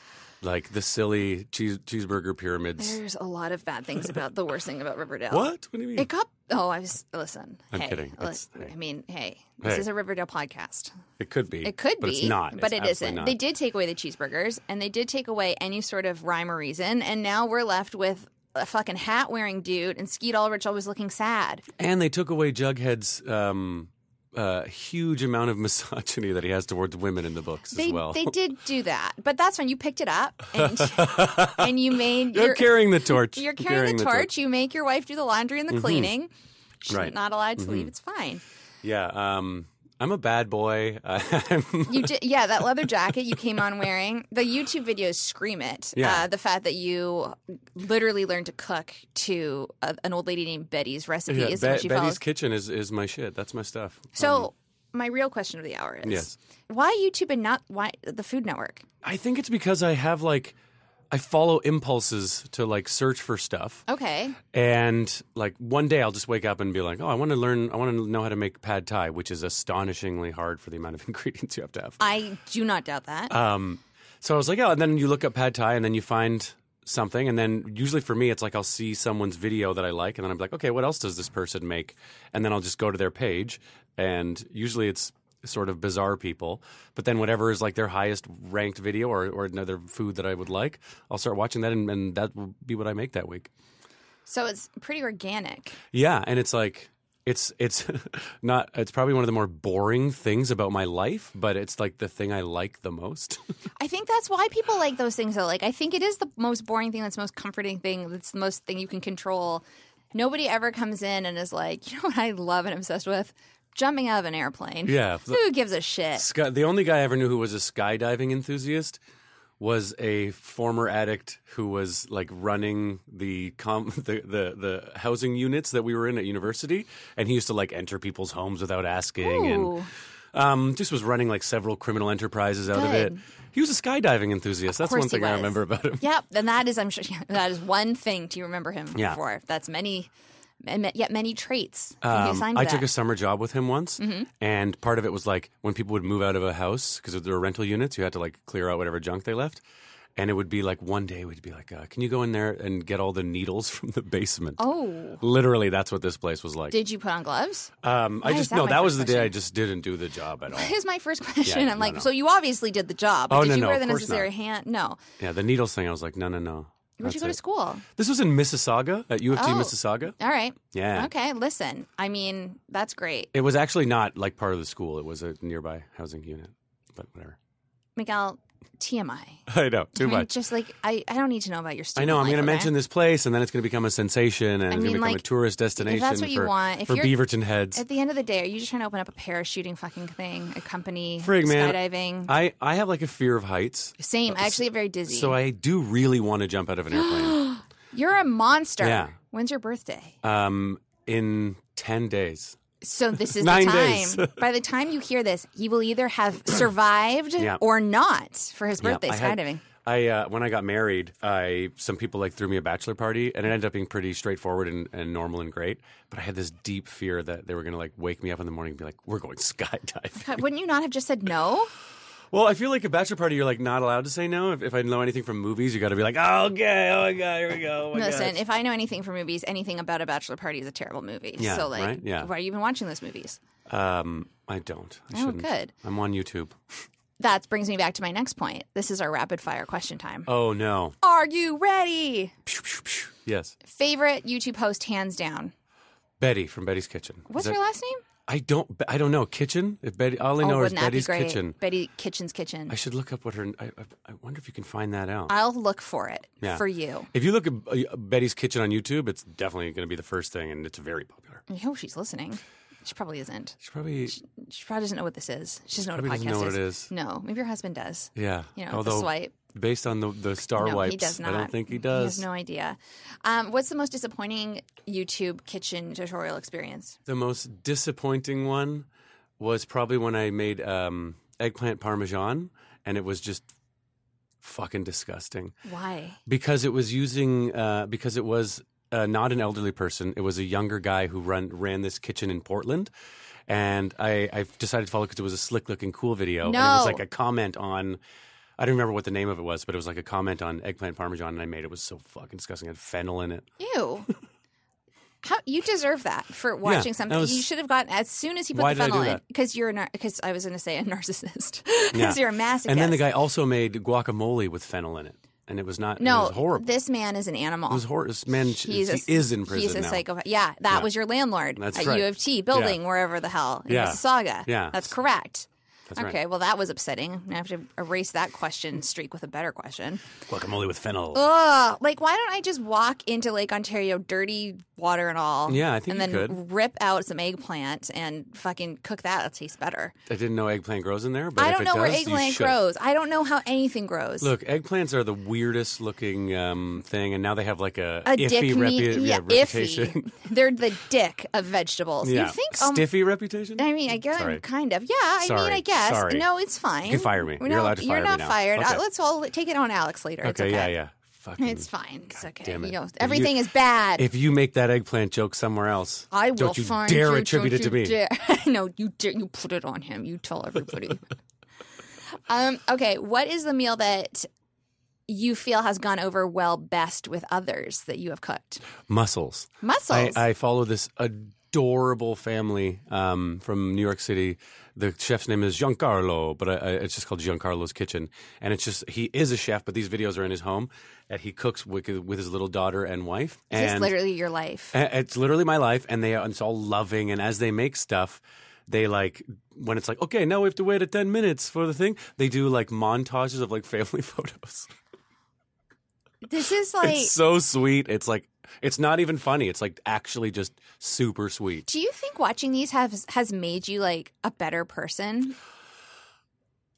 S2: like the silly cheese, cheeseburger pyramids.
S1: There's a lot of bad things about the worst thing about Riverdale.
S2: What? What do you mean?
S1: It got. Oh, I was. Listen.
S2: I'm
S1: hey,
S2: kidding.
S1: li-
S2: It's- hey.
S1: I mean, hey, this
S2: Hey.
S1: is a Riverdale podcast.
S2: It could be.
S1: It could
S2: but
S1: be.
S2: It's not.
S1: But
S2: it's
S1: it
S2: absolutely
S1: isn't.
S2: Not.
S1: They did take away the cheeseburgers and they did take away any sort of rhyme or reason. And now we're left with a fucking hat wearing dude and Skeet Ulrich always looking sad.
S2: And they took away Jughead's um, uh, huge amount of misogyny that he has towards women in the books
S1: They,
S2: as well.
S1: they did do that. But that's when you picked it up and, and you made
S2: You're
S1: your.
S2: carrying the torch. Mm-hmm.
S1: You're carrying, the, torch. You make your wife do the laundry and the cleaning. She's
S2: Right. Mm-hmm.
S1: not allowed to leave. It's fine.
S2: Yeah. Um, I'm a bad boy. I'm-
S1: You did, yeah, that leather jacket you came on wearing. The YouTube videos scream it.
S2: Yeah.
S1: Uh, the fact that you literally learned to cook to a, an old lady named Betty's recipe
S2: Yeah,
S1: is
S2: Be-
S1: what she
S2: Betty's
S1: follows.
S2: Kitchen is, is my shit. That's my stuff.
S1: so, my real question of the hour is
S2: Yes.
S1: why YouTube and not why the Food Network?
S2: I think it's because I have like, I follow impulses to like search for stuff.
S1: Okay.
S2: And like one day I'll just wake up and be like, oh, I want to learn, I want to know how to make pad thai, which is astonishingly hard for the amount of ingredients you have to have.
S1: I do not doubt that.
S2: Um, so I was like, oh, and then you look up pad thai and then you find something. And then usually for me, it's like I'll see someone's video that I like. And then I'm like, okay, what else does this person make? And then I'll just go to their page. And usually it's sort of bizarre people. But then whatever is like their highest ranked video or, or another food that I would like, I'll start watching that. And, and that will be what I make that week.
S1: so, it's pretty organic.
S2: Yeah, and it's like it's it's not it's probably one of the more boring things about my life, but it's like the thing I like the most.
S1: I think that's why people like those things though. Like I think it is the most boring thing, that's the most comforting thing, that's the most thing you can control. Nobody ever comes in and is like, you know what I love and obsessed with? Jumping out of an airplane.
S2: Yeah.
S1: Who gives a shit?
S2: Sky, the only guy I ever knew who was a skydiving enthusiast was a former addict who was like running the com the, the the housing units that we were in at university, and he used to like enter people's homes without asking and.
S1: Ooh.
S2: Um, just was running like several criminal enterprises out of it.
S1: Good.
S2: He was a skydiving enthusiast. That's one
S1: course he
S2: thing I
S1: was.
S2: remember about him.
S1: Yep, and that is I'm sure that is one thing to remember him
S2: Yeah.
S1: for. That's many, and yet many traits. can be
S2: Um,
S1: assigned to
S2: I
S1: that. Mm-hmm.
S2: took a summer job with him once, and part of it was like when people would move out of a house because there were rental units, you had to like clear out whatever junk they left. And it would be like one day we'd be like, uh, "Can you go in there and get all the needles from the basement?"
S1: Oh.
S2: literally, that's what this place was like.
S1: Did you put on gloves?
S2: um,
S1: Why
S2: I
S1: is
S2: just
S1: that
S2: no,
S1: my
S2: that was the
S1: first
S2: day I
S1: question?
S2: just didn't do the job at all.
S1: Here's my first question.
S2: Yeah,
S1: I'm
S2: no,
S1: like,
S2: no.
S1: so you obviously did the job, but
S2: Oh,
S1: did
S2: no,
S1: you
S2: no,
S1: wear
S2: of
S1: the
S2: course
S1: necessary
S2: not.
S1: hand? No.
S2: yeah, the needle thing, I was like, "No, no, no."
S1: Where'd you
S2: That's
S1: go
S2: it.
S1: to school?
S2: This was in Mississauga at U of T
S1: Oh.
S2: Mississauga.
S1: All right.
S2: Yeah.
S1: Okay. Listen, I mean, that's great.
S2: It was actually not like part of the school; it was a nearby housing unit, but whatever.
S1: Miguel, TMI.
S2: I know too
S1: I mean,
S2: much.
S1: Just like I, I don't need to know about your
S2: I
S1: student.
S2: know. I'm
S1: going to
S2: mention this place, and then it's going to become a sensation, and it's going
S1: mean,
S2: to become a
S1: like,
S2: tourist
S1: if that's
S2: destination
S1: what you
S2: for,
S1: want, if
S2: for
S1: you're-
S2: Beaverton heads.
S1: At the end of the day, are you just trying to open up a parachuting fucking thing, a company,
S2: Frig, man,
S1: skydiving?
S2: I I have like a fear of heights,
S1: Same. I actually get very dizzy.
S2: so I do really want to jump out of an airplane.
S1: You're a monster.
S2: Yeah.
S1: When's your birthday?
S2: um, in ten days.
S1: So this is
S2: Nine
S1: the time.
S2: days.
S1: By the time you hear this, he will either have survived
S2: Yeah.
S1: or not for his birthday
S2: I had-
S1: skydiving.
S2: I uh, when I got married, I some people like threw me a bachelor party, and it ended up being pretty straightforward and, and normal and great. But I had this deep fear that they were going to like wake me up in the morning and be like, "We're going skydiving."
S1: God, Wouldn't you not have just said no?
S2: Well, I feel like a bachelor party, you're like not allowed to say no. If, if I know anything from movies, you got to be like, oh, okay, oh my god, here we go. Oh my
S1: Listen,
S2: God.
S1: if I know anything from movies, anything about a bachelor party is a terrible movie.
S2: Yeah,
S1: so like,
S2: right? Yeah.
S1: why are you even watching those movies?
S2: um, I don't. I
S1: Oh,
S2: shouldn't.
S1: good.
S2: I'm on YouTube.
S1: That brings me back to my next point. This is our rapid fire question time.
S2: Oh no.
S1: Are you ready?
S2: Yes,
S1: Favorite YouTube host, hands down.
S2: Betty from Betty's Kitchen.
S1: What's
S2: Is
S1: her
S2: that-
S1: last name? Oh,
S2: I don't. I don't know. Kitchen. If Betty, all I know is
S1: wouldn't that
S2: Betty's
S1: be great?
S2: Kitchen.
S1: Betty Kitchen's Kitchen.
S2: I should look up what her. I, I- I wonder if you can find that out.
S1: I'll look for it
S2: Yeah.
S1: for you.
S2: if you look at uh, Betty's Kitchen on YouTube, it's definitely going to be the first thing, and it's very popular.
S1: I hope Oh, she's listening. She probably isn't.
S2: She probably,
S1: She probably doesn't know what this is. She doesn't know what a
S2: probably
S1: podcast
S2: doesn't know what
S1: is.
S2: it is.
S1: No, maybe her husband does.
S2: yeah.
S1: You know, the
S2: Although,
S1: swipe.
S2: based on the the star
S1: no,
S2: wipes,
S1: he does not.
S2: I don't think he
S1: He
S2: does.
S1: has no idea. Um, what's the most disappointing YouTube kitchen tutorial experience?
S2: The most disappointing one was probably when I made um, eggplant parmesan, and it was just fucking disgusting
S1: Why?
S2: because it was using uh, because it was uh, not an elderly person. It was a younger guy who run ran this kitchen in Portland. And I, I decided to follow because it was a slick looking cool video. And it was
S1: No.
S2: like a comment on, I don't remember what the name of it was, but it was like a comment on eggplant parmesan. And I made it was so fucking disgusting. It had fennel in it.
S1: Ew. How you deserve that for watching
S2: that
S1: something
S2: was-
S1: you should have gotten as soon as he put
S2: Why
S1: the
S2: did I do
S1: funnel in
S2: that?
S1: because you're a because I was going to say a narcissist
S2: Yeah.
S1: because you're a masochist.
S2: And then the guy also made guacamole with fennel in it, and it was not.
S1: no,
S2: it was horrible.
S1: this man is an animal.
S2: it was horrible. This man sh-
S1: He's
S2: he
S1: a-
S2: is in prison
S1: He's a
S2: now.
S1: psychopath. Yeah, that was your landlord
S2: That's
S1: at
S2: right.
S1: U of T building, wherever the hell in
S2: Yeah.
S1: Mississauga.
S2: Yeah.
S1: that's correct.
S2: That's right.
S1: okay, well that was upsetting. I have to erase that question streak with a better question.
S2: Guacamole with fennel.
S1: Ugh, like why don't I just walk into Lake Ontario, dirty water and all?
S2: Yeah, I think
S1: and
S2: you
S1: then
S2: could.
S1: rip out some eggplant and fucking cook that. It'll taste better.
S2: I didn't know eggplant grows in there, but
S1: I
S2: if
S1: don't
S2: it
S1: know where
S2: does, you
S1: eggplant
S2: should.
S1: grows. I don't know how anything grows.
S2: Look, eggplants are the weirdest looking um, thing, and now they have like a,
S1: a
S2: iffy
S1: dick
S2: repu-
S1: meat,
S2: yeah,
S1: yeah,
S2: reputation.
S1: iffy. They're the dick of vegetables.
S2: yeah,
S1: You think? um,
S2: stiffy reputation?
S1: I mean, I guess
S2: Sorry.
S1: kind of. Yeah, I
S2: Sorry.
S1: mean, I guess.
S2: Sorry.
S1: No, it's fine.
S2: You can fire me.
S1: No,
S2: You're allowed to fire
S1: You're
S2: me
S1: not
S2: now.
S1: fired. Uh,
S2: Okay.
S1: let's all take it on Alex later. it's
S2: okay,
S1: okay.
S2: yeah, yeah. Fucking
S1: It's fine. It's okay.
S2: damn it.
S1: You know,
S2: If you-
S1: everything is bad.
S2: If you make that eggplant joke somewhere else,
S1: I will
S2: don't you
S1: find
S2: dare
S1: you.
S2: attribute
S1: don't
S2: it to me.
S1: you Dare. no, you dare. You put it on him. You tell everybody. um. Okay. What is the meal that you feel has gone over well best with others that you have cooked?
S2: Muscles. I,
S1: Mussels.
S2: I follow this adorable family um, from New York City. The chef's name is Giancarlo, but I, I, it's just called Giancarlo's Kitchen. And it's just he is a chef, but these videos are in his home, and he cooks with, with his little daughter and wife. And
S1: This is literally your life.
S2: a- It's literally my life, and they are, it's all loving. And as they make stuff, they like when it's like okay, now we have to wait a ten minutes for the thing. They do like montages of like family photos.
S1: this is like.
S2: It's so sweet. It's like it's not even funny. It's like actually just super sweet.
S1: do you think watching these has has made you like a better person?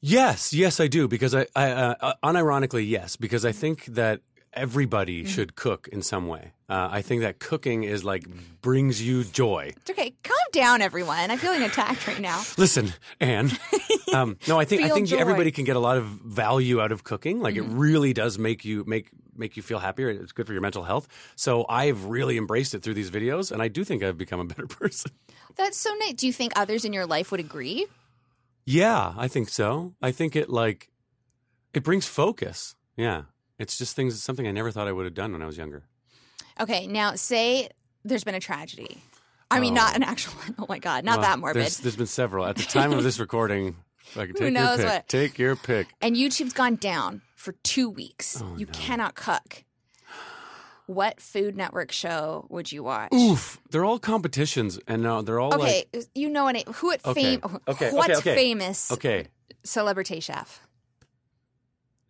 S2: Yes, yes, I do because I, I uh, uh, unironically, yes, because
S1: Mm.
S2: I think that everybody should cook in some way. Uh, I think that cooking is like brings you joy.
S1: It's okay. Calm down, everyone. I'm feeling attacked right now.
S2: Listen, Anne. Um, no, I think I
S1: Feel
S2: think
S1: joy. Mm-hmm.
S2: everybody can get a lot of value out of cooking. Like it really does make you make make you feel happier. It's good for your mental health. So I've really embraced it through these videos, and I do think I've become a better person.
S1: That's so nice. Do you think others in your life would agree?
S2: Yeah, I think so. I think it like it brings focus. Yeah. It's just things something I never thought I would have done when I was younger.
S1: Okay, now say there's been a tragedy. I mean,
S2: Oh.
S1: not an actual one. Oh my God, not
S2: Well,
S1: that morbid.
S2: There's, there's been several. At the time of this recording, if I could take
S1: knows
S2: your pick.
S1: what-
S2: Take your pick.
S1: And YouTube's gone down for two weeks.
S2: Oh,
S1: you
S2: no.
S1: cannot cook. What Food Network show would you watch?
S2: Oof. They're all competitions and now they're all
S1: okay,
S2: like
S1: you know any who at
S2: Okay.
S1: fame?
S2: Okay,
S1: What
S2: okay, okay.
S1: famous
S2: Okay.
S1: celebrity chef?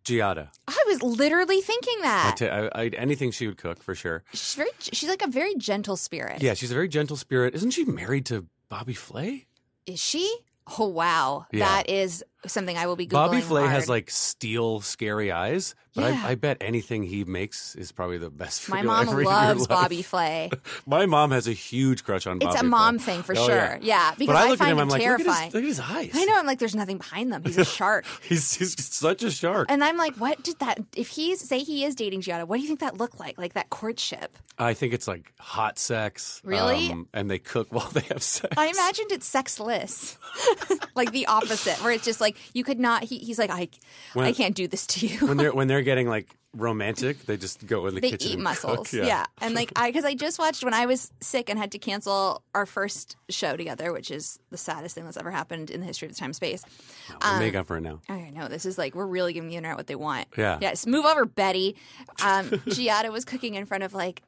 S2: Giada.
S1: I was literally thinking
S2: I
S1: that.
S2: ta- I- I- anything she would cook for sure.
S1: She's very. She's like a very gentle spirit.
S2: Yeah, she's a very gentle spirit. Isn't she married to Bobby Flay?
S1: Is she? Oh wow,
S2: Yeah.
S1: that is something I will be googling.
S2: Bobby Flay
S1: hard.
S2: has like steel, scary eyes, but
S1: Yeah.
S2: I, I bet anything he makes is probably the best. food
S1: My
S2: you'll
S1: mom
S2: ever eat in your
S1: loves
S2: life.
S1: Bobby Flay.
S2: My mom has a huge crush on Bobby.
S1: It's a
S2: Flay.
S1: mom thing for
S2: Oh,
S1: sure.
S2: Yeah,
S1: Yeah, because
S2: but I,
S1: I,
S2: look
S1: find
S2: at him, I'm
S1: him
S2: like, look at his-
S1: terrifying.
S2: Look at, his, eyes.
S1: I know. I'm like, there's nothing behind them. He's a shark.
S2: He's, he's such a shark.
S1: And I'm like, what did that? If he's say he is dating Giada, what do you think that looked like? Like that courtship?
S2: I think it's like hot sex.
S1: Really?
S2: um, and they cook while they have sex.
S1: I imagined it's sexless, like the opposite, where it's just like you could not. He, he's like, I, I
S2: When-
S1: can't do this to
S2: when
S1: you.
S2: they're when they're getting like romantic, they just go in the
S1: They
S2: kitchen.
S1: eat
S2: and
S1: mussels,
S2: cook.
S1: yeah. And like I, because I just watched when I was sick and had to cancel our first show together, which is the saddest thing that's ever happened in the history of time space. um,
S2: I'll make up for it now.
S1: I know this is like we're really giving the internet what they want.
S2: Yeah.
S1: Yes, move over, Betty. Um, Giada was cooking in front of like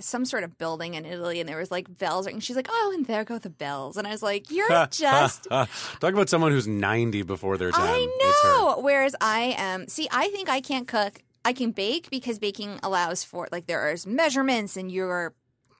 S1: some sort of building in Italy, and there was like bells ringing. She's like, "Oh, and there go the bells," and I was like, "You're just."
S2: Talk about someone who's ninety before their time. It's her.
S1: I know. Whereas I am, see, I think I can't cook. I can bake because baking allows for like there is measurements and you're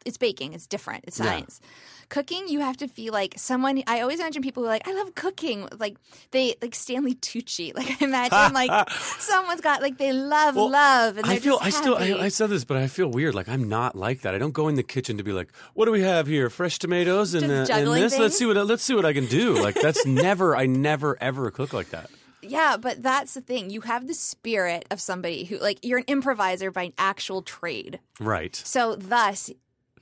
S1: it's baking. It's different. It's
S2: Yeah.
S1: science. Cooking, you have to feel like someone. I always imagine people who are like, I love cooking. Like they like Stanley Tucci. Like I imagine like someone's got like they love
S2: Well,
S1: love and
S2: I
S1: they're
S2: feel
S1: just
S2: I still I,
S1: happy.
S2: I said this, but I feel weird. Like I'm not like that. I don't go in the kitchen to be like, "What do we have here? Fresh tomatoes and,
S1: Just
S2: uh, and
S1: juggling
S2: this. Let's
S1: things?
S2: see what I- let's see what I can do." Like that's never. I never ever cook like that.
S1: Yeah, but that's the thing. You have the spirit of somebody who like you're an improviser by an actual trade.
S2: Right.
S1: So thus,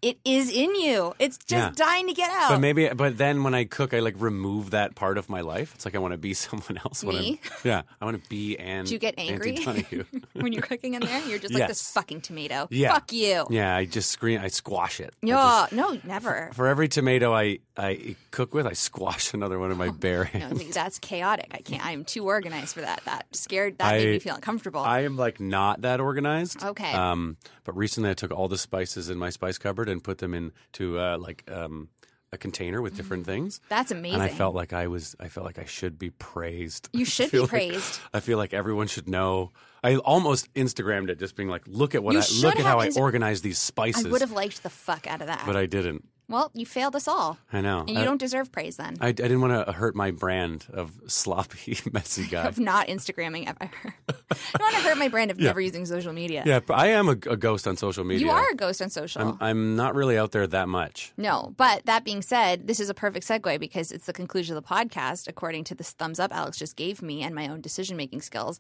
S1: it is in you. It's just
S2: Yeah.
S1: dying to get out.
S2: But maybe, but then when I cook, I like remove that part of my life. It's like I want to be someone else. When
S1: Me?
S2: I'm, yeah, I want to be and.
S1: Do you get angry when you're cooking in there? You're just like this
S2: Yes.
S1: fucking tomato.
S2: Yeah.
S1: Fuck you.
S2: yeah, I just scream. I squash it. I
S1: No,
S2: just-
S1: no, never.
S2: for every tomato I I cook with, I squash another one in my bare
S1: No,
S2: hand.
S1: that's chaotic. I can't. I'm too organized for that. That scared. That made me feel uncomfortable.
S2: I am like not that organized.
S1: Okay.
S2: Um, but recently I took all the spices in my spice cupboard and put them into uh, like um, a container with different things.
S1: that's Mm-hmm. amazing.
S2: And I felt like I was. I felt like I should be praised.
S1: You
S2: I
S1: should be
S2: feel like-
S1: praised.
S2: I feel like everyone should know. I almost Instagrammed it, just being like, "Look at what
S1: You
S2: I
S1: should
S2: look at
S1: have
S2: how I
S1: Insta-
S2: organize these
S1: I
S2: spices."
S1: would have liked the fuck out of that.
S2: but I didn't.
S1: well, you failed us all.
S2: I know.
S1: And you
S2: I-
S1: don't deserve praise then.
S2: I, I didn't want to hurt my brand of sloppy, messy guy.
S1: of not Instagramming ever. I don't want to hurt my brand of never using social media.
S2: Yeah, but I am a, a ghost on social media.
S1: You are a ghost on social.
S2: I'm, I'm not really out there that much.
S1: No, but that being said, this is a perfect segue because it's the conclusion of the podcast, according to this thumbs up Alex just gave me and my own decision making skills.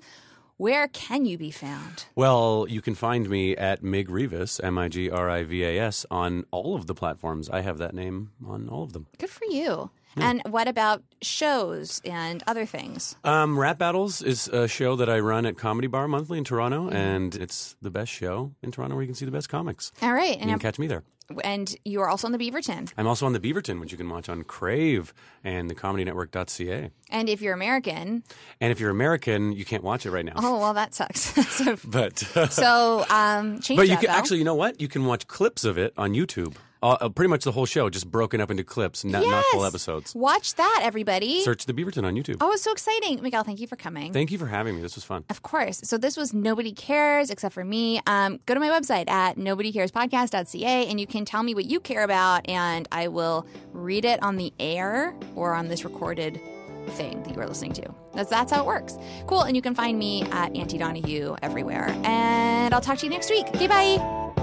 S1: Where can you be found?
S2: Well, you can find me at Mig Rivas, M I G R I V A S, on all of the platforms. I have that name on all of them.
S1: Good for you. And what about shows and other things?
S2: Um, Rap Battles is a show that I run at Comedy Bar monthly in
S1: Mm-hmm.
S2: Toronto, and it's the best show in Toronto where you can see the best comics.
S1: All right.
S2: You can
S1: And,
S2: catch me there.
S1: and you are also on the Beaverton.
S2: I'm also on the Beaverton, which you can watch on Crave and thecomedynetwork.ca.
S1: And if you're American,
S2: And if you're American, you can't watch it right now.
S1: oh, well, that sucks. so,
S2: But
S1: so um, change
S2: But you
S1: that,
S2: can
S1: Val.
S2: actually, you know what? You can watch clips of it on YouTube. Uh, uh, pretty much the whole show, just broken up into clips, not, not full
S1: Yes.
S2: episodes.
S1: Watch that, everybody.
S2: Search the Beaverton on YouTube.
S1: Oh, it's so exciting. Miguel, thank you for coming.
S2: Thank you for having me. This was fun.
S1: Of course. So this was Nobody Cares Except for Me. Um, go to my website at nobodycarespodcast.ca and you can tell me what you care about and I will read it on the air or on this recorded thing that you are listening to. That's that's how it works. Cool. And you can find me at Auntie Donahue everywhere. And I'll talk to you next week. Okay, bye.